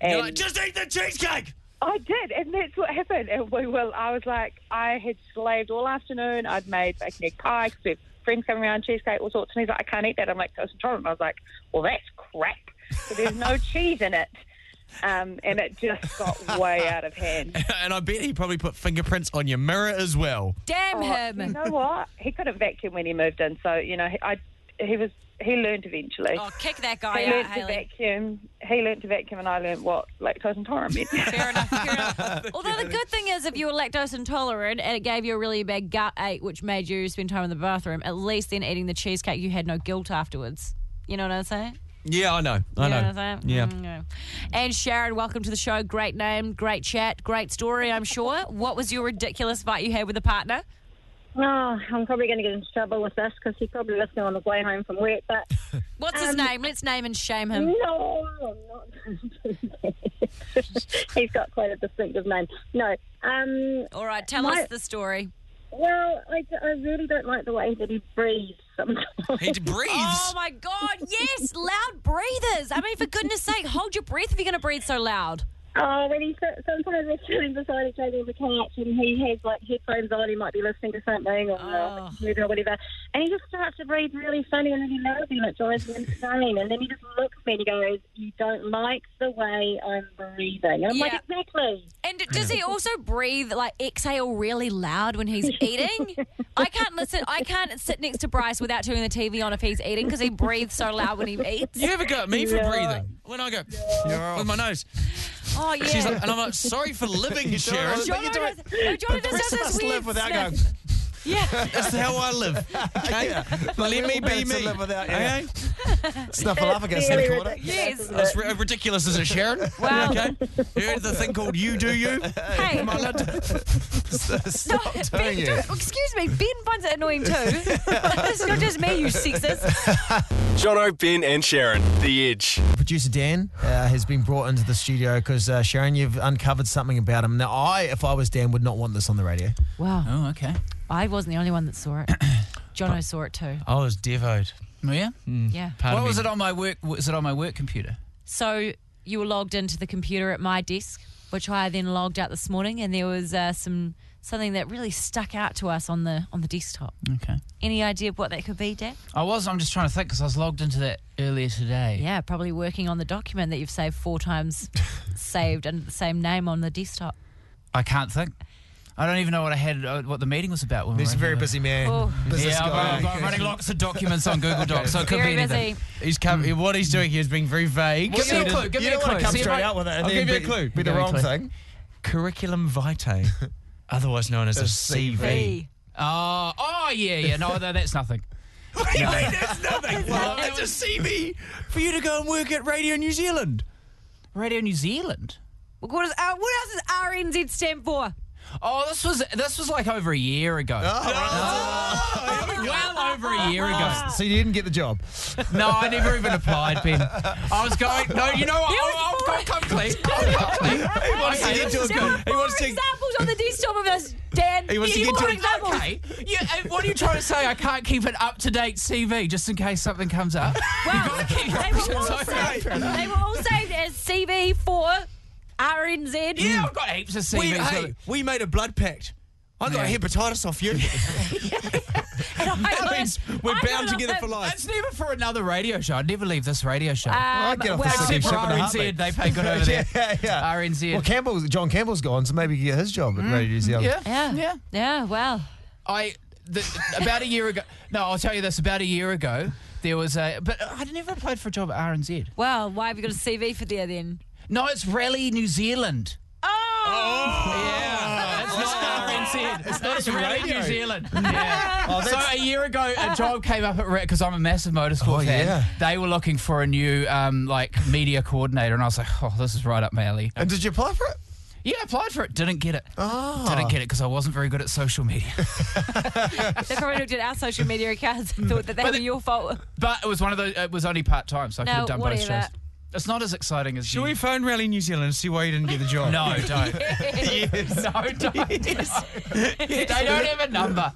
Speaker 10: And
Speaker 4: You're like, just eat the cheesecake.
Speaker 10: I did, and that's what happened. And we will. I was like, I had slaved all afternoon. I'd made bacon egg pie. 'cause we had friends coming around, cheesecake, all sorts. And he's like, I can't eat that. I'm like, lactose intolerant. I was like, well, that's crap. So there's no cheese in it. Um, and it just got way out of hand.
Speaker 4: and I bet he probably put fingerprints on your mirror as well.
Speaker 3: Damn
Speaker 10: Oh, You
Speaker 3: him.
Speaker 10: know what? He couldn't vacuum when he moved in, so you know, he, I he was he learned eventually.
Speaker 3: Oh, kick that
Speaker 10: he
Speaker 3: guy out,
Speaker 10: learned to
Speaker 3: Haley.
Speaker 10: vacuum. He learned to vacuum, and I learned what lactose intolerant meant.
Speaker 3: Fair enough, fair enough. Although the good thing is, if you were lactose intolerant and it gave you a really bad gut ache, which made you spend time in the bathroom, at least then eating the cheesecake, you had no guilt afterwards. You know what I'm saying?
Speaker 4: Yeah, I know. I
Speaker 3: You know,
Speaker 4: know.
Speaker 3: what I'm saying?
Speaker 4: Yeah.
Speaker 3: Mm, yeah. And Sharon, welcome to the show. Great name, great chat, great story, I'm sure. What was your ridiculous fight you had with a partner?
Speaker 9: Oh, I'm probably going to get into trouble with this because he's probably listening on his way home from work. But
Speaker 3: What's his
Speaker 9: Um,
Speaker 3: name? Let's name and shame him.
Speaker 9: no, I'm not. going to do that. he's got quite a distinctive name. No, um,
Speaker 3: All right, tell
Speaker 9: my-
Speaker 3: us the story.
Speaker 9: well, I, I really don't like the way that he breathes sometimes.
Speaker 4: He breathes.
Speaker 3: Oh my God, yes, loud breathers. I mean, for goodness sake, hold your breath if you're going to breathe so loud.
Speaker 9: Oh, when he's sometimes we're sitting beside each other on the couch, and he has like headphones on. He might be listening to something or
Speaker 3: Oh.
Speaker 9: uh, computer or whatever, and he just starts to breathe really funny and really loudly, and it drives me insane. And then he just looks at me and he goes, "You don't like the way I'm breathing," and I'm like,
Speaker 3: Yeah.
Speaker 9: "Exactly."
Speaker 3: And does he also breathe like exhale really loud when he's eating? I can't listen. I can't sit next to Bryce without turning the TV on if he's eating because he breathes so loud when he eats.
Speaker 4: You ever go at me for breathing? When I go with my nose,
Speaker 3: Oh yeah.
Speaker 4: she's like, and I'm like, sorry for living, Sharon.
Speaker 2: it.
Speaker 3: Jonah
Speaker 2: You do
Speaker 3: does, no, Jonah
Speaker 2: The
Speaker 3: does
Speaker 2: rest
Speaker 3: have
Speaker 2: of
Speaker 3: this
Speaker 2: us
Speaker 3: weird
Speaker 2: live without
Speaker 3: sniff.
Speaker 2: going.
Speaker 3: Yeah.
Speaker 4: That's how I live. Okay, let me
Speaker 2: better
Speaker 4: be
Speaker 2: to
Speaker 4: me.
Speaker 2: live without- yeah.
Speaker 4: okay?
Speaker 2: Snuffleupagus in
Speaker 9: Really
Speaker 2: the corner.
Speaker 9: ridiculous,
Speaker 3: Yes.
Speaker 9: isn't
Speaker 4: That's
Speaker 9: it?
Speaker 4: ri- ridiculous, is it, Sharon?
Speaker 3: Wow.
Speaker 4: Okay. You heard the thing called "You Do You."
Speaker 3: Hey.
Speaker 4: Am I allowed to-
Speaker 3: No,
Speaker 2: Stop
Speaker 3: ben,
Speaker 2: doing it.
Speaker 3: don't- excuse me, Ben finds it annoying too. it's not just me, you sexist.
Speaker 1: Jono, Ben, and Sharon, The Edge.
Speaker 2: Producer Dan uh, has been brought into the studio because uh, Sharon, you've uncovered something about him. Now, I, if I was Dan, would not want this on the radio.
Speaker 3: Wow,
Speaker 11: Oh, okay.
Speaker 3: I wasn't the only one that saw it. Jono saw it too.
Speaker 4: I was devoed.
Speaker 11: Oh, yeah.
Speaker 3: Yeah.
Speaker 4: Part
Speaker 11: What
Speaker 4: of
Speaker 11: was
Speaker 4: me-
Speaker 11: it on my work? Was it on my work computer?
Speaker 3: So you were logged into the computer at my desk, which I then logged out this morning, and there was uh, some something that really stuck out to us on the on the desktop.
Speaker 11: Okay.
Speaker 3: Any idea of what that could be, Dad?
Speaker 11: I was. I'm just trying to think because I was logged into that earlier today.
Speaker 3: Yeah, probably working on the document that you've saved four times, saved under the same name on the desktop.
Speaker 11: I can't think. I don't even know what I had. uh, What the meeting was about. When we
Speaker 2: He's
Speaker 11: were
Speaker 2: a very
Speaker 11: having
Speaker 2: busy man.
Speaker 3: Oh.
Speaker 11: it.
Speaker 2: Business
Speaker 11: Yeah,
Speaker 2: guy.
Speaker 11: I'm, I'm running lots of documents on Google Docs, so it could
Speaker 3: Very
Speaker 11: be anything.
Speaker 3: busy.
Speaker 4: He's come, What he's doing here is being very vague.
Speaker 11: Give me a clue.
Speaker 2: You
Speaker 11: Give me
Speaker 2: don't
Speaker 11: a
Speaker 2: want
Speaker 11: clue.
Speaker 2: to come
Speaker 11: See if
Speaker 2: straight
Speaker 11: I-
Speaker 2: out with it. and
Speaker 4: I'll
Speaker 2: then
Speaker 4: give you a
Speaker 2: be-
Speaker 4: clue.
Speaker 2: Be the
Speaker 11: Give me a
Speaker 2: wrong
Speaker 11: clue.
Speaker 2: thing.
Speaker 4: Curriculum vitae, otherwise known as a CV.
Speaker 11: Oh, oh yeah, yeah. No, no, that's nothing.
Speaker 4: What do you mean that's nothing? Well, it's a CV for you to go and work at Radio New Zealand.
Speaker 11: Radio New Zealand.
Speaker 3: What, is, uh, what else does RNZ stand for?
Speaker 11: Oh, this was this was like over a year ago.
Speaker 4: Oh,
Speaker 2: Oh,
Speaker 11: well over a year ago.
Speaker 2: So you didn't get the job.
Speaker 11: No, I never even applied, Ben. I was going. No, you know what? I'll, I'll, I'll come clean. I'll come clean. Okay,
Speaker 4: get to
Speaker 11: this is
Speaker 4: a
Speaker 3: There
Speaker 4: good-
Speaker 3: were
Speaker 4: he
Speaker 3: four
Speaker 4: wants to-
Speaker 3: examples on the desktop of us, Dan.
Speaker 4: He wants to
Speaker 3: You
Speaker 4: get
Speaker 3: four
Speaker 4: to-
Speaker 3: examples.
Speaker 11: Okay. Yeah, and what are you trying to say? I can't keep an up to date CV just in case something comes up.
Speaker 3: Well,
Speaker 11: keep your
Speaker 3: they were
Speaker 11: options
Speaker 3: all
Speaker 11: open.
Speaker 3: saved. They were all saved as CV for RNZ.
Speaker 11: Yeah, I've got heaps of CVs.
Speaker 4: We, hey, we made a blood pact. I got
Speaker 11: Yeah.
Speaker 4: hepatitis off you.
Speaker 3: And I
Speaker 11: That
Speaker 3: learned-
Speaker 11: means we're
Speaker 3: I
Speaker 11: bound
Speaker 3: learned
Speaker 11: together
Speaker 3: that-
Speaker 11: for life. That's never for another radio show. I'd never leave this radio show.
Speaker 3: Um, Well, I'd get off this well-
Speaker 11: Except for
Speaker 2: Ship in a
Speaker 11: RNZ,
Speaker 2: heartbeat.
Speaker 11: they pay good over there.
Speaker 2: yeah, yeah.
Speaker 11: RNZ.
Speaker 2: Well, Campbell, John Campbell's gone, so maybe you get his job at Radio New Zealand.
Speaker 11: Yeah.
Speaker 3: Mm. Yeah.
Speaker 11: Yeah.
Speaker 3: Yeah. Well.
Speaker 11: I the, about a year ago. No, I'll tell you this. About a year ago, there was uh, a. But I never applied for a job at RNZ.
Speaker 3: Well, why have you got a CV for there then?
Speaker 11: No, it's Rally New Zealand.
Speaker 3: Oh!
Speaker 11: Yeah, it's not RNZ. Oh. It's not Rally
Speaker 8: radio.
Speaker 11: New Zealand. Yeah.
Speaker 8: Oh,
Speaker 11: so
Speaker 8: that's-
Speaker 11: a year ago, a job came up at because I'm a massive motorsport
Speaker 2: Oh,
Speaker 11: fan.
Speaker 2: yeah.
Speaker 11: They were looking for a new um, like media coordinator, and I was like, oh, this is right up my alley.
Speaker 2: And did you apply for it?
Speaker 11: Yeah, I applied for it. Didn't get it.
Speaker 2: Oh.
Speaker 11: Didn't get it because I wasn't very good at social media.
Speaker 3: They probably looked at our social media accounts
Speaker 4: Mm.
Speaker 3: and thought that that was your fault.
Speaker 11: But it was one of those. It was only part time, so I could
Speaker 3: No,
Speaker 11: have done both
Speaker 3: whatever.
Speaker 11: shows. It's not as exciting as.
Speaker 4: Should
Speaker 11: you.
Speaker 4: we phone Rally New Zealand and see why you didn't get the job?
Speaker 11: No, don't.
Speaker 4: Yes.
Speaker 11: No, don't. They don't have a number.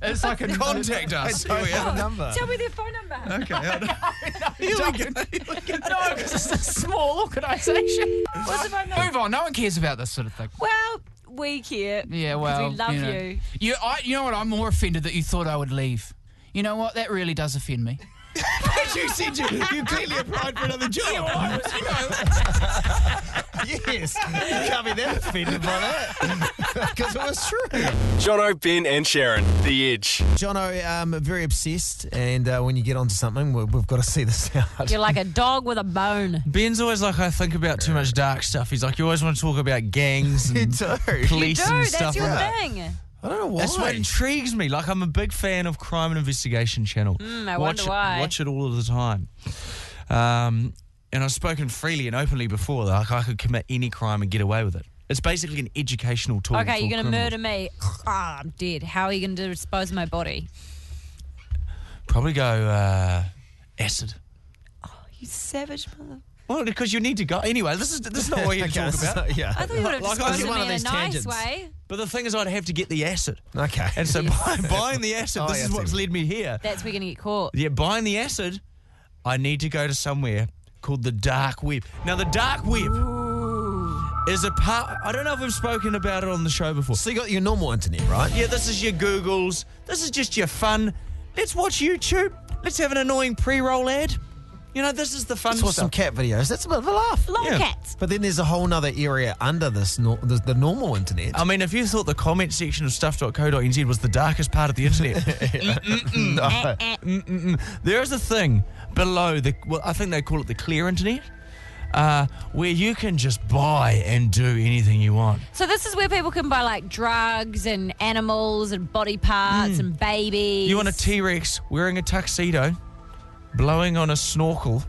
Speaker 11: It's like a
Speaker 4: Contact us.
Speaker 11: Don't
Speaker 4: We have a number.
Speaker 3: Oh. Tell me their phone number.
Speaker 4: Okay. I don't-
Speaker 11: No, because it's a small organisation.
Speaker 3: What's the phone number?
Speaker 11: Move on. No one cares about this sort of thing.
Speaker 3: Well, we care.
Speaker 11: Yeah,
Speaker 3: 'cause
Speaker 11: well,
Speaker 3: we love
Speaker 11: you.
Speaker 3: you.
Speaker 11: know. You- I, you know what? I'm more offended that you thought I would leave. You know what? That really does offend me.
Speaker 4: But you said you, you clearly applied for another job.
Speaker 2: yes. You can't be that offended by that. Because it was true.
Speaker 1: Jono, Ben, and Sharon, The Edge.
Speaker 2: Jono, um, very obsessed, and uh, when you get onto something, we we've got to see this out.
Speaker 3: You're like a dog with a bone.
Speaker 4: Ben's always like, I think about too much dark stuff. He's like, you always want to talk about gangs
Speaker 2: You
Speaker 4: and
Speaker 2: do.
Speaker 4: police
Speaker 3: Dude,
Speaker 4: and
Speaker 3: that's
Speaker 4: stuff
Speaker 3: your
Speaker 4: like that.
Speaker 3: thing.
Speaker 2: I don't know why.
Speaker 4: That's what intrigues me. Like I'm a big fan of Crime and Investigation Channel.
Speaker 3: Mm, I
Speaker 4: watch
Speaker 3: wonder
Speaker 4: it,
Speaker 3: why.
Speaker 4: Watch it all of the time. Um, and I've spoken freely and openly before. Like I could commit any crime and get away with it. It's basically an educational tool.
Speaker 3: Okay,
Speaker 4: for
Speaker 3: you're going to
Speaker 4: criminals.
Speaker 3: murder me. Ah, I'm dead. How are you going to dispose of my body?
Speaker 4: Probably go uh, acid.
Speaker 3: You savage mother.
Speaker 4: Well, because you need to go anyway. This is this is not what you're
Speaker 2: Okay,
Speaker 4: talking
Speaker 2: so-
Speaker 4: about.
Speaker 2: yeah.
Speaker 3: I thought you would have
Speaker 4: Like, I
Speaker 3: disposed
Speaker 4: get
Speaker 3: of
Speaker 4: one
Speaker 3: me
Speaker 4: of
Speaker 3: in a nice
Speaker 4: these tangents.
Speaker 3: way.
Speaker 4: But the thing is, I'd have to get the acid,
Speaker 2: Okay.
Speaker 4: and so
Speaker 3: Yes.
Speaker 4: by buying the acid,
Speaker 2: Oh,
Speaker 4: this
Speaker 2: yeah,
Speaker 4: is
Speaker 2: I see
Speaker 4: what's
Speaker 2: what-
Speaker 4: led me here.
Speaker 3: That's where you're going to get caught.
Speaker 4: Yeah, buying the acid, I need to go to somewhere called the dark web. Now, the dark web is a part. I don't know if I've spoken about it on the show before.
Speaker 2: So you got your normal internet, right?
Speaker 4: Yeah, this is your Googles. This is just your fun. Let's watch YouTube. Let's have an annoying pre-roll ad. You know, this is the fun
Speaker 2: Let's watch some
Speaker 4: stuff.
Speaker 2: cat videos. That's a bit of a laugh.
Speaker 3: Long
Speaker 4: Yeah.
Speaker 3: cats.
Speaker 2: But then there's a whole nother area under this, nor the, the normal internet.
Speaker 4: I mean, if you thought the comment section of stuff.co.nz was the darkest part of the internet, Uh-huh.
Speaker 3: Eh, eh.
Speaker 4: There is a thing below the, well, I think they call it the clear internet, uh, where you can just buy and do anything you want.
Speaker 3: So this is where people can buy like drugs and animals and body parts and babies.
Speaker 4: Mm. You want a T Rex wearing a tuxedo, blowing on a snorkel,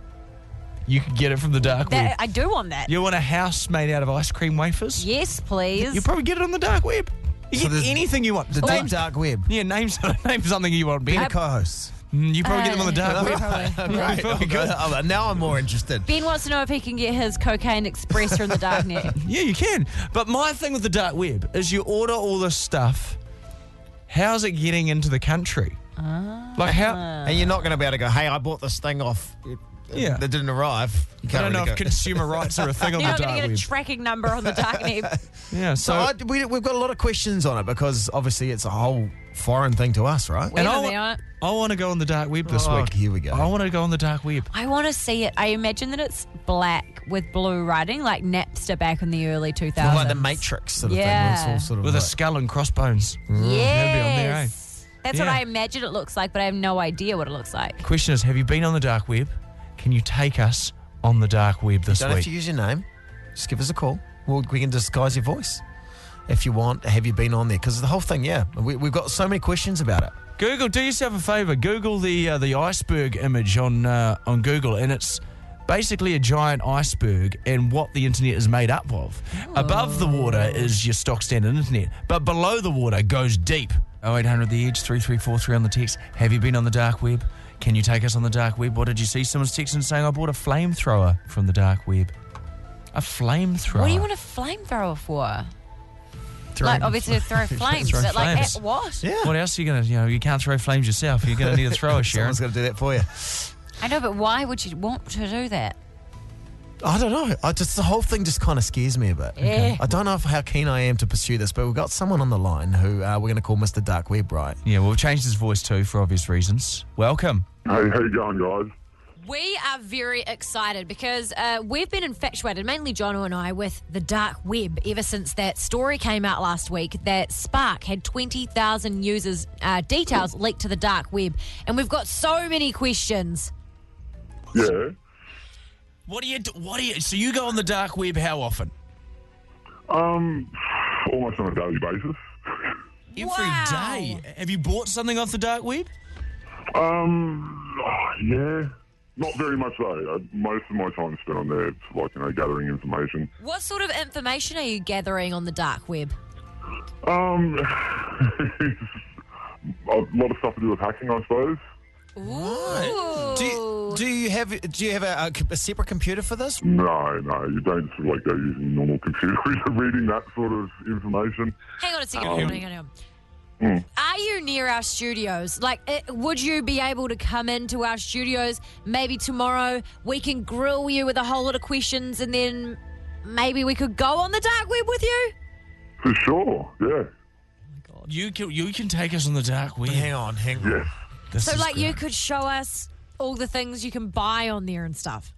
Speaker 4: you can get it from the dark
Speaker 3: That,
Speaker 4: web.
Speaker 3: I do want that.
Speaker 4: You want a house made out of ice cream wafers?
Speaker 3: Yes, please.
Speaker 4: You'll probably get it on the dark web. You
Speaker 2: So
Speaker 4: get
Speaker 2: there's-
Speaker 4: anything you want.
Speaker 2: the deep dark web.
Speaker 4: yeah, name, some- name something you want, Ben.
Speaker 2: Being a co-host.
Speaker 4: Mm, you probably get them on the dark
Speaker 3: Uh,
Speaker 4: web.
Speaker 3: probably.
Speaker 2: Right.
Speaker 4: Very good.
Speaker 2: now I'm more interested.
Speaker 3: Ben wants to know if he can get his cocaine express from the dark net.
Speaker 4: Yeah, you can. But my thing with the dark web is you order all this stuff. How's it getting into the country?
Speaker 3: Ah.
Speaker 4: Like how?
Speaker 2: And you're not going to be able to go, hey, I bought this thing off. It,
Speaker 4: Yeah.
Speaker 2: That didn't arrive. You
Speaker 4: I
Speaker 2: can't
Speaker 4: don't know
Speaker 2: really
Speaker 4: if
Speaker 2: go-
Speaker 4: consumer rights are a thing
Speaker 3: You're
Speaker 4: on the
Speaker 3: not going
Speaker 4: dark
Speaker 3: to get
Speaker 4: web.
Speaker 3: a tracking number on the dark net.
Speaker 4: yeah,
Speaker 2: So
Speaker 4: so,
Speaker 2: I, we, we've got a lot of questions on it because obviously it's a whole foreign thing to us, right?
Speaker 3: We're
Speaker 4: And I
Speaker 3: on
Speaker 4: wa-
Speaker 3: there, aren't-
Speaker 4: I want to go on the dark web this
Speaker 2: Oh,
Speaker 4: week.
Speaker 2: here we go.
Speaker 4: I want to go on the dark web.
Speaker 3: I want to see it. I imagine that it's black with blue writing, like Napster back in the early 2000s.
Speaker 2: Like the Matrix sort of thing.
Speaker 3: Yeah.
Speaker 2: where It's all sort of
Speaker 4: With a
Speaker 2: like-
Speaker 4: skull and crossbones. That'd Mm, be on there, eh?
Speaker 3: Yes. That's what
Speaker 4: Yeah.
Speaker 3: I imagine it looks like, but I have no idea what it looks like.
Speaker 4: Question is, have you been on the dark web? Can you take us on the dark web this
Speaker 2: Don't have
Speaker 4: week?
Speaker 2: to use your name. Just give us a call. We'll, we can disguise your voice if you want. Have you been on there? Because the whole thing, yeah, we, we've got so many questions about it.
Speaker 4: Google, do yourself a favor. Google the uh, the iceberg image on uh, on Google, and it's basically a giant iceberg and what the internet is made up of. Above the water
Speaker 3: Oh.
Speaker 4: is your stock standard internet, but below the water goes deep. 0800 The Edge, 3343 on the text. Have you been on the dark web? Can you take us on the dark web? What did you see? Someone's texting saying, I bought a flamethrower from the dark web. A flamethrower?
Speaker 3: What do you want a flamethrower for? Like, obviously, to throw flames,
Speaker 4: Throw
Speaker 3: but like,
Speaker 4: flames.
Speaker 3: at what?
Speaker 2: Yeah.
Speaker 4: What else are you going to, you know, you can't throw flames yourself. You're going to
Speaker 2: Oh,
Speaker 4: need a thrower, Sharon.
Speaker 2: Someone's going to do that for you.
Speaker 3: I know, but why would you want to do that?
Speaker 2: I don't know. I just the whole thing just kind of scares me a bit.
Speaker 11: Yeah.
Speaker 2: I don't know if, how keen I am to pursue this, but we've got someone on the line who uh, we're going to call Mr. Dark Web, right?
Speaker 4: Yeah, well, we've changed his voice too for obvious reasons. Welcome.
Speaker 12: Hey, how you going, guys?
Speaker 3: We are very excited because uh, we've been infatuated, mainly Jono and I, with the dark web ever since that story came out last week that Spark had 20,000 users' uh, details leaked to the dark web. And we've got so many questions.
Speaker 12: Yeah.
Speaker 4: What do you do? What do you? So you go on the dark web how often?
Speaker 12: Um, almost on a daily basis.
Speaker 4: Every day.
Speaker 3: Oh,
Speaker 4: Have you bought something off the dark web?
Speaker 12: Um, oh, yeah. Not very much though. Uh, most of my time spent on there, it's like you know, gathering information.
Speaker 3: What sort of information are you gathering on the dark web?
Speaker 12: Um, a lot of stuff to do with hacking, I suppose.
Speaker 2: Do you, do you have do you have a, a c- a separate computer for this?
Speaker 12: No, no, you don't sort of like go using normal computer reading that sort of information.
Speaker 3: Hang on a second.
Speaker 12: Um,
Speaker 3: hang on, hang on, hang on.
Speaker 12: Hmm.
Speaker 3: Are you near our studios? Like, eh, would you be able to come into our studios maybe tomorrow? We can grill you with a whole lot of questions and then maybe we could go on the dark web with you?
Speaker 12: For sure, yeah.
Speaker 4: You can you can take us on the dark web. Hang
Speaker 2: on, hang
Speaker 4: on. This
Speaker 3: so,
Speaker 4: is
Speaker 3: like,
Speaker 4: good.
Speaker 3: you could show us all the things you can buy on there and stuff.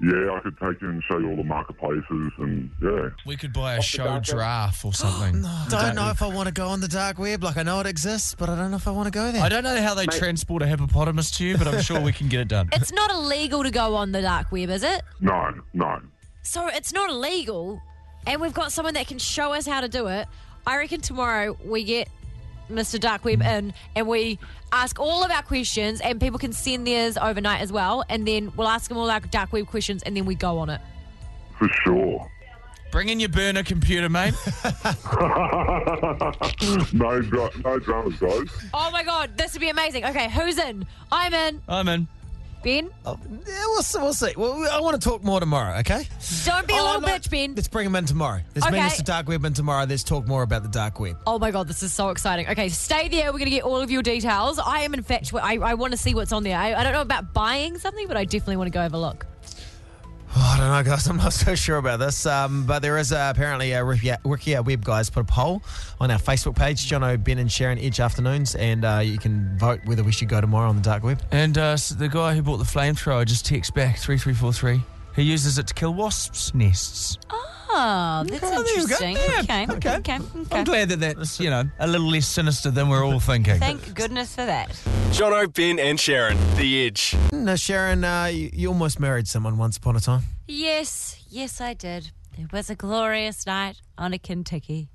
Speaker 12: Yeah, I could take you and show you all the marketplaces and yeah.
Speaker 4: we could buy a show giraffe or something.
Speaker 2: I don't know if I want to go on the dark web. Like I know it exists, but I don't know if I want to go there.
Speaker 4: I don't know how they transport a hippopotamus to you, but I'm sure we can get it done.
Speaker 3: It's not illegal to go on the dark web, is it?
Speaker 12: No, no.
Speaker 3: So it's not illegal, and we've got someone that can show us how to do it. I reckon tomorrow we get Mr. Dark Web in and we ask all of our questions, and people can send theirs overnight as well. And then we'll ask them all our Dark Web questions, and then we go on it.
Speaker 12: For sure.
Speaker 4: Bring in your burner computer, mate.
Speaker 12: no, dra- no dramas, guys.
Speaker 3: Oh my God, this would be amazing. Okay, who's in? I'm in.
Speaker 4: I'm in.
Speaker 3: Ben?
Speaker 2: Yeah, we'll see. We'll see. Well, I want to talk more tomorrow. Okay.
Speaker 3: Don't
Speaker 2: Oh,
Speaker 3: be a little bitch, Ben.
Speaker 2: Let's bring him in tomorrow. Let's bring
Speaker 3: Okay.
Speaker 2: Mr. Dark Web in tomorrow. Let's talk more about the dark web.
Speaker 3: Oh my god, this is so exciting. Okay, stay there. We're going to get all of your details. I am infatuated. I, I want to see what's on there. I, I don't know about buying something, but I definitely want to go have a look.
Speaker 2: Oh, I don't know, guys. I'm not so sure about this. Um, but there is uh, apparently a Ricky, Ricky our Web guys put a poll on our Facebook page, Jono, Ben, and Sharon each afternoons, and uh, you can vote whether we should go tomorrow on the dark web.
Speaker 4: And uh, s the guy who bought the flamethrower just texts back three three four three. He uses it to kill wasps' nests.
Speaker 3: Oh, that's interesting. Okay, okay, okay.
Speaker 4: I'm glad that that's you know a little less sinister than we're all thinking.
Speaker 3: Thank goodness for that.
Speaker 1: Jono, Ben, and Sharon, The Edge.
Speaker 2: Now, Sharon, uh, you, you almost married someone once upon a time.
Speaker 3: Yes, yes, I did. It was a glorious night on a Kentucky.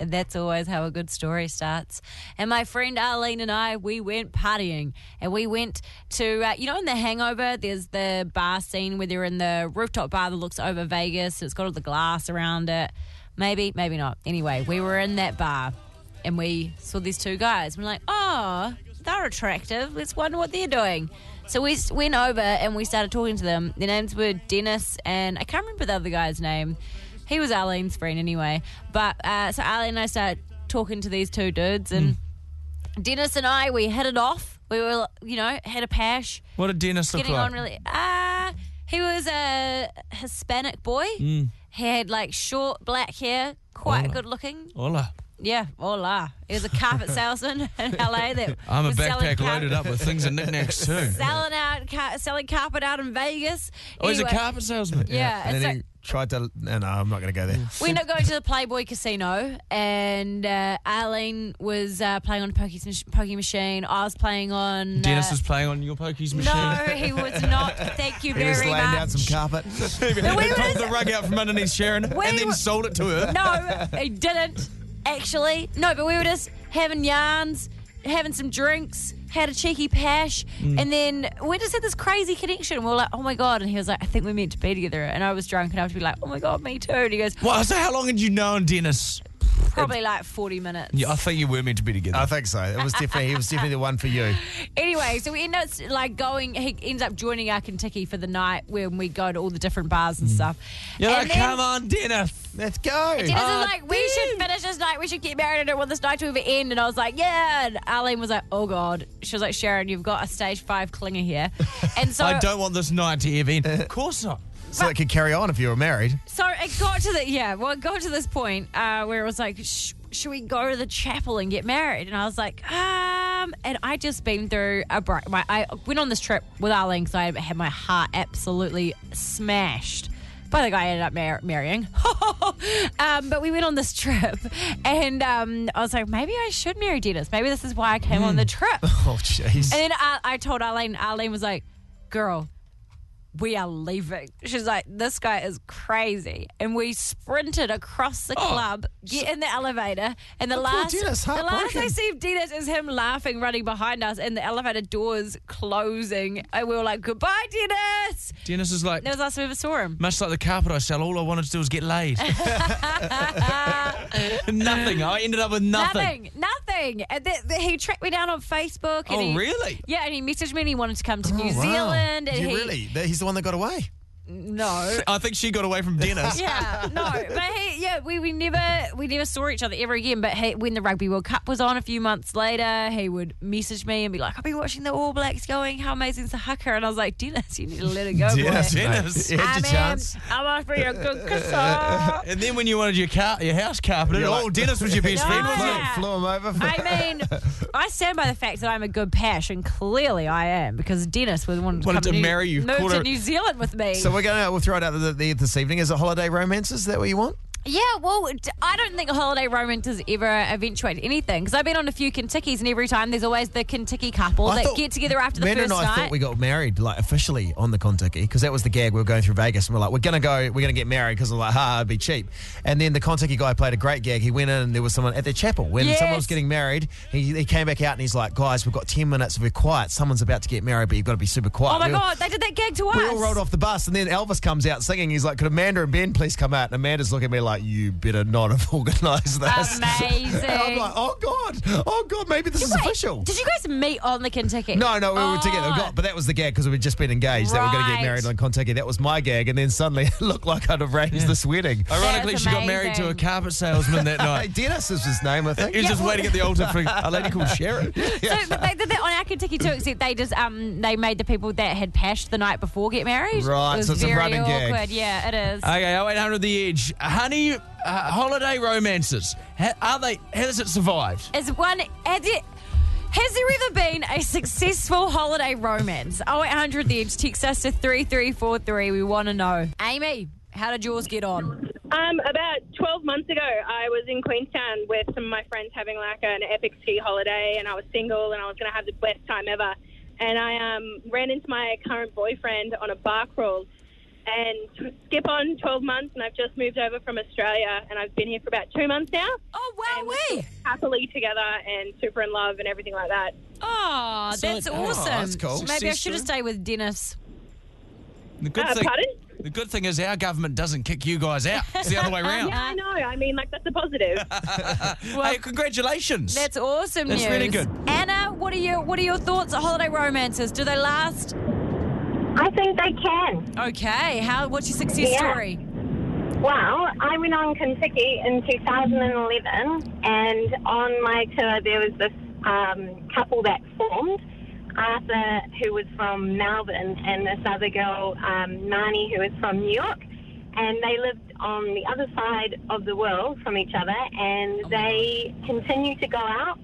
Speaker 3: And that's always how a good story starts. And my friend Arlene and I, we went partying. And we went to, uh, you know, in The Hangover, there's the bar scene where they're in the rooftop bar that looks over Vegas. It's got all the glass around it. Maybe, maybe not. Anyway, we were in that bar and we saw these two guys. We're like, oh, they're attractive. Let's wonder what they're doing. So we s- went over and we started talking to them. Their names were Dennis and I can't remember the other guy's name. He was Arlene's friend anyway. But uh, so Arlene and I started talking to these two dudes, and Dennis and I, we hit it off. We were, you know, had a pash.
Speaker 4: What did Dennis look
Speaker 3: Getting
Speaker 4: like?
Speaker 3: on really. Uh, he was a Hispanic boy.
Speaker 4: Mm.
Speaker 3: He had like short black hair, quite good looking.
Speaker 4: Hola.
Speaker 3: Yeah, hola. He was a carpet salesman in LA that
Speaker 4: I'm a
Speaker 3: was selling
Speaker 4: backpack
Speaker 3: car-
Speaker 4: loaded up with things and knickknacks too.
Speaker 3: Selling out, car- selling carpet out in Vegas.
Speaker 4: Oh, he's a
Speaker 3: Anyway,
Speaker 4: carpet salesman.
Speaker 3: Yeah, Yeah,
Speaker 2: And
Speaker 3: it's
Speaker 2: then
Speaker 3: like-
Speaker 2: he tried to. No, no, I'm not going to go there.
Speaker 3: We ended up going to the Playboy Casino, and uh, Arlene was uh, playing on a Pokey's mach- Pokey Machine. I was playing on.
Speaker 4: Dennis
Speaker 3: uh,
Speaker 4: was playing on your pokies machine.
Speaker 3: No, he was not. Thank you
Speaker 4: He was
Speaker 3: very
Speaker 4: laying
Speaker 3: much.
Speaker 4: down
Speaker 2: some carpet.
Speaker 4: he
Speaker 3: No, we
Speaker 4: pulled
Speaker 3: was-
Speaker 4: the rug out from underneath Sharon
Speaker 3: We
Speaker 4: and then
Speaker 3: were-
Speaker 4: sold it to her.
Speaker 3: No, he didn't, actually. No, but we were just having yarns, having some drinks, had a cheeky pash,
Speaker 13: Mm.
Speaker 3: and then we just had this crazy connection. We were like, oh my God. And he was like, I think we're meant to be together. And I was drunk enough to be like, oh my God, me too. And he goes,
Speaker 4: Well, so how long had you known Dennis?
Speaker 3: Probably like 40 minutes.
Speaker 4: Yeah, I think you were meant to be together. I
Speaker 2: think so. It was definitely he was definitely the one for you.
Speaker 3: Anyway, so we end up like going. He ends up joining our Kentucky for the night when we go to all the different bars
Speaker 4: Mm.
Speaker 3: and stuff.
Speaker 4: You're
Speaker 3: And
Speaker 4: like,
Speaker 3: then-
Speaker 4: come on, Dennis. Uh,
Speaker 2: Let's go.
Speaker 3: And Dennis is like, we should finish this night. We should get married. I don't want this night to ever end. And I was like, yeah. And Arlene was like, oh god. She was like, Sharon, you've got a stage five clinger here. And so
Speaker 4: I don't want this night to ever end. of course not.
Speaker 2: so it could carry on if you were married.
Speaker 3: So it got to the yeah, well, it got to this point uh, where it was like, Sh- should we go to the chapel and get married? And I was like, um, and I just been through a break. My, I went on this trip with Arlene because I had my heart absolutely smashed. By the guy I ended up mar- marrying. um, but we went on this trip, and um, I was like, maybe I should marry Dennis. Maybe this is why I came on the trip.
Speaker 2: Oh, jeez.
Speaker 3: And then I, I told Arlene, Arlene was like, girl, we are leaving. She's like, this guy is crazy. And we sprinted across the
Speaker 13: Oh.
Speaker 3: club, get in the elevator, and the
Speaker 13: Oh, poor
Speaker 3: last
Speaker 13: Dennis,
Speaker 3: the last I
Speaker 13: heartbroken.
Speaker 3: see of Dennis is him laughing, running behind us, and the elevator doors closing. And we were like, goodbye, Dennis.
Speaker 4: Dennis is like,
Speaker 3: That was the last we ever saw him.
Speaker 4: much like the carpet I sell, all I wanted to do was get laid. nothing. I ended up with nothing.
Speaker 3: Nothing. Nothing. And th- th- he tracked me down on Facebook. And
Speaker 4: Oh,
Speaker 3: he-
Speaker 4: really?
Speaker 3: Yeah, and he messaged me and he wanted to come to New
Speaker 2: Oh, Wow.
Speaker 3: Zealand. And
Speaker 2: You
Speaker 3: he,
Speaker 2: really? That- He's the one that got away.
Speaker 3: No.
Speaker 4: I think she got away from Dennis.
Speaker 3: Yeah, no, but he, yeah, we, we never we never saw each other ever again. But he, when the Rugby World Cup was on a few months later, he would message me and be like, "I've been watching the All Blacks going. How amazing is the hooker?" And I was like, "Dennis, you need to let it go,
Speaker 4: Dennis,
Speaker 3: boy.
Speaker 4: mate. Dennis. You
Speaker 3: I
Speaker 4: had your chance.
Speaker 3: I'm offering you a good kisser.
Speaker 4: and then when you wanted your car, your house carpeted,
Speaker 2: You're
Speaker 4: oh,
Speaker 2: like-
Speaker 4: Dennis was your best
Speaker 3: No.
Speaker 4: friend, wasn't
Speaker 3: Yeah.
Speaker 4: it?
Speaker 2: Flew him over. For-
Speaker 3: I mean, I stand by the fact that I'm a good pash, and clearly I am because Dennis would want to
Speaker 2: Wanted
Speaker 3: come
Speaker 2: to
Speaker 3: New-
Speaker 2: marry you.
Speaker 3: move
Speaker 2: Called
Speaker 3: to
Speaker 2: her-
Speaker 3: New Zealand with me.
Speaker 2: so we're going to we'll throw it out the, the, this evening. Is it holiday romances? Is that what you want?
Speaker 3: Yeah, well, d- I don't think holiday romances ever eventuate anything because I've been on a few Kentuckys, and every time there's always the Kentucky couple
Speaker 2: I
Speaker 3: that
Speaker 2: thought-
Speaker 3: get together after the
Speaker 2: Men
Speaker 3: first
Speaker 2: and I
Speaker 3: night.
Speaker 2: thought we got married like officially on the Kentucky because that was the gag we were going through Vegas and we're like we're gonna go we're gonna get married because we're like ha it'd be cheap and then the Kentucky guy played a great gag he went in and there was someone at their chapel when someone was
Speaker 14: Yes.
Speaker 2: getting married he, he came back out and he's like guys we've got ten minutes we're quiet someone's about to get married but you've got to be super quiet
Speaker 3: oh my
Speaker 2: We all-
Speaker 3: god, they did that gag to us.
Speaker 2: we all rolled off the bus, and then Elvis comes out singing. He's like, "Could Amanda and Ben please come out?" And Amanda's looking at me like, "You better not have organised this."
Speaker 3: Amazing.
Speaker 2: And I'm like, "Oh god, oh god, maybe this
Speaker 3: You-
Speaker 2: is
Speaker 3: wait,
Speaker 2: official."
Speaker 3: Did you guys meet on the Kentucky?
Speaker 2: No, no, we were together. We
Speaker 3: Oh.
Speaker 2: got- but that was the gag because we'd just been engaged that we are going to
Speaker 3: Right.
Speaker 2: get married on Kentucky. That was my gag, and then suddenly it looked like I'd arranged this wedding.
Speaker 4: Ironically, she got married to a carpet salesman that night.
Speaker 2: Dennis is his name, I think.
Speaker 4: He was just waiting at the altar for a lady called Sharon.
Speaker 3: So but they did that on our Kentucky too, except they just um they made the people that had pashed the night before get married.
Speaker 4: Right,
Speaker 3: it was
Speaker 4: so it's a
Speaker 3: very
Speaker 4: running gag.
Speaker 3: awkward. Yeah, it is.
Speaker 4: Okay, 0800 The Edge. Honey, uh, holiday romances. How, are they, how does it survive?
Speaker 3: is one has it has there ever been a successful holiday romance? 0800 The Edge, text us to 3343. We want to know. Amy, how did yours get on?
Speaker 15: Um, about 12 months ago, I was in Queenstown with some of my friends having like an epic ski holiday, and I was single and I was going to have the best time ever. And I um, ran into my current boyfriend on a bar crawl. And skip on 12 months, and I've just moved over from Australia, and I've been here for about two months now.
Speaker 3: Oh, wow, we
Speaker 15: happily together and super in love and everything like that.
Speaker 3: Oh,
Speaker 15: So
Speaker 3: that's
Speaker 15: it- oh,
Speaker 3: awesome.
Speaker 4: that's cool.
Speaker 3: Maybe I
Speaker 4: Success
Speaker 3: should have
Speaker 4: story.
Speaker 3: stayed with Dennis.
Speaker 4: The good,
Speaker 15: Uh,
Speaker 4: thing,
Speaker 15: pardon?
Speaker 4: the good thing is our government doesn't kick you guys out. It's the other way around.
Speaker 15: Um, yeah, I know. I mean, like that's a positive.
Speaker 4: hey, congratulations.
Speaker 3: That's awesome
Speaker 4: That's
Speaker 3: news.
Speaker 4: really good.
Speaker 3: Anna, what are your what are your thoughts on holiday romances? Do they last?
Speaker 16: I think they can.
Speaker 3: Okay. How what's your success
Speaker 16: Yeah.
Speaker 3: story?
Speaker 16: Well, I went on Kentucky in 2011, and on my tour there was this um, couple that formed. Arthur, who was from Melbourne, and this other girl, um, Marnie, who was from New York, and they lived on the other side of the world from each other, and they continued to go out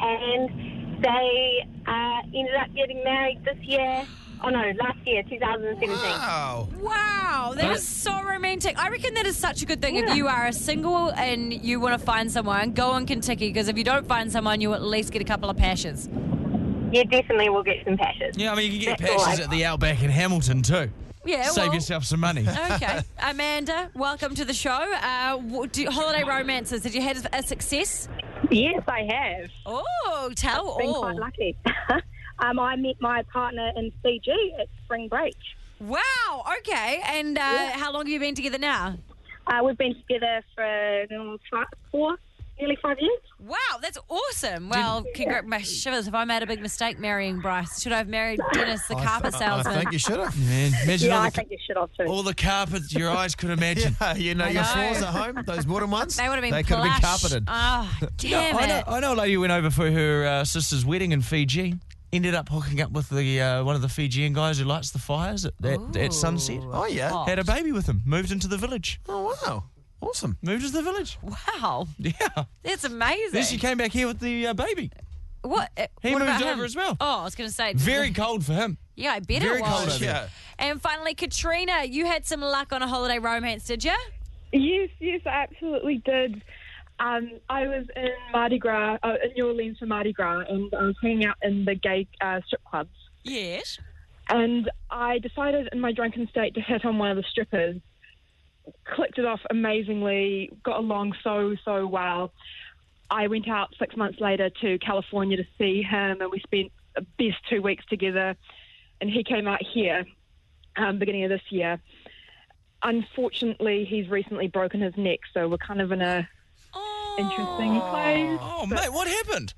Speaker 16: and they uh, ended up getting married this year. Oh no, last year, 2017.
Speaker 2: Wow.
Speaker 3: Wow, that is so romantic. I reckon that is such a good thing if you are a single and you want to find someone, go on Kentucky because if you don't find someone, you'll at least get a couple of pashes.
Speaker 16: Yeah, definitely we'll get some pashes.
Speaker 4: Yeah, I mean, you can get
Speaker 3: That's all
Speaker 4: passes
Speaker 3: I-
Speaker 4: at the Outback in Hamilton, too.
Speaker 3: Yeah,
Speaker 4: Save
Speaker 3: well-
Speaker 4: yourself some money.
Speaker 3: Okay, Amanda, welcome to the show. Uh, what do, holiday romances, did you have a success?
Speaker 15: Yes, I have.
Speaker 3: Oh, tell
Speaker 15: I've been
Speaker 3: all.
Speaker 15: quite lucky. um, I met my partner in Fiji at spring break.
Speaker 3: Wow, okay. And uh,
Speaker 15: Yeah.
Speaker 3: how long have you been together now?
Speaker 15: Uh, we've been together for
Speaker 9: mm,
Speaker 15: um, five, four, nearly five years.
Speaker 3: Wow, that's awesome. Well, congr- my shivers, if I made a big mistake marrying Bryce, should I have married Dennis, the carpet salesman?
Speaker 2: have.
Speaker 4: Man, imagine
Speaker 3: Yeah,
Speaker 4: all,
Speaker 3: I
Speaker 4: the,
Speaker 3: think
Speaker 15: you should have too.
Speaker 4: all the carpets your eyes could imagine.
Speaker 2: yeah, you know,
Speaker 4: I
Speaker 2: your
Speaker 4: know.
Speaker 2: floors at home, those wooden ones,
Speaker 3: They would have been
Speaker 2: they could have been
Speaker 3: plush.
Speaker 2: carpeted.
Speaker 3: Oh, damn
Speaker 4: I,
Speaker 3: it.
Speaker 4: know, I know a lady who went over for her uh, sister's wedding in Fiji. ended up hooking up with the uh, one of the Fijian guys who lights the fires at, at, at sunset.
Speaker 2: Oh, yeah. Hot.
Speaker 4: Had a baby with him, moved into the village.
Speaker 2: Oh, wow. Awesome.
Speaker 4: Moved into the village.
Speaker 3: Wow.
Speaker 4: Yeah.
Speaker 3: That's amazing.
Speaker 4: Then she came back here with the uh, baby.
Speaker 3: What? uh,
Speaker 4: He
Speaker 3: what
Speaker 4: moved
Speaker 3: about
Speaker 4: over
Speaker 3: him?
Speaker 4: as well.
Speaker 3: Oh, I was going to say. it's-
Speaker 4: Very cold for him.
Speaker 3: Yeah, I bet
Speaker 4: Very
Speaker 3: it
Speaker 4: cold over
Speaker 3: was.
Speaker 4: there.
Speaker 3: And finally, Katrina, you had some luck on a holiday romance, did you?
Speaker 9: Yes, yes, I absolutely did. Um, I was in Mardi Gras, uh, in New Orleans for Mardi Gras, and I was hanging out in the gay uh, strip clubs.
Speaker 3: Yes.
Speaker 9: And I decided in my drunken state to hit on one of the strippers. Clicked it off amazingly, got along so, so well. I went out six months later to California to see him, and we spent the best two weeks together. And he came out here, um, beginning of this year. Unfortunately, he's recently broken his neck, so we're kind of in a interesting place.
Speaker 4: Oh, mate, what happened?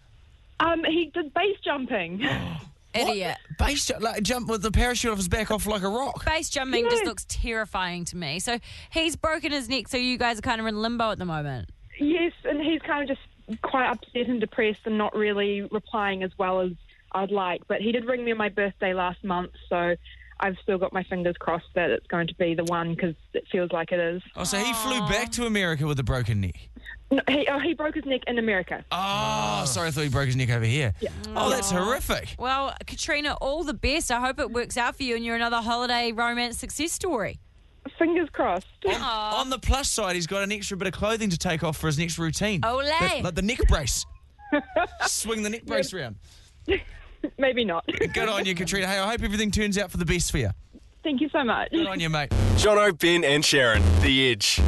Speaker 9: Um, he did base jumping.
Speaker 3: Idiot.
Speaker 4: Base ju- like, jump with the parachute off his back off like a rock.
Speaker 3: Base jumping
Speaker 9: Yeah.
Speaker 3: just looks terrifying to me. So he's broken his neck, so you guys are kind of in limbo at the moment.
Speaker 9: Yes, and he's kind of just quite upset and depressed and not really replying as well as I'd like. But he did ring me on my birthday last month, so I've still got my fingers crossed that it's going to be the one because it feels like it is.
Speaker 4: Oh, so he flew back to America with a broken neck.
Speaker 9: No, he, oh, he broke his neck in America.
Speaker 4: Oh, sorry, I thought he broke his neck over here. Oh, that's horrific.
Speaker 3: Well, Katrina, all the best. I hope it works out for you and you're another holiday romance success story.
Speaker 9: Fingers crossed.
Speaker 4: On the plus side, he's got an extra bit of clothing to take off for his next routine.
Speaker 3: Olé.
Speaker 4: That- Like the neck brace. Swing the neck brace round.
Speaker 9: Maybe not.
Speaker 4: Good on you, Katrina. Hey, I hope everything turns out for the best for you.
Speaker 9: Thank you so much.
Speaker 4: Good on you, mate.
Speaker 1: Jono, Ben, and Sharon, The Edge.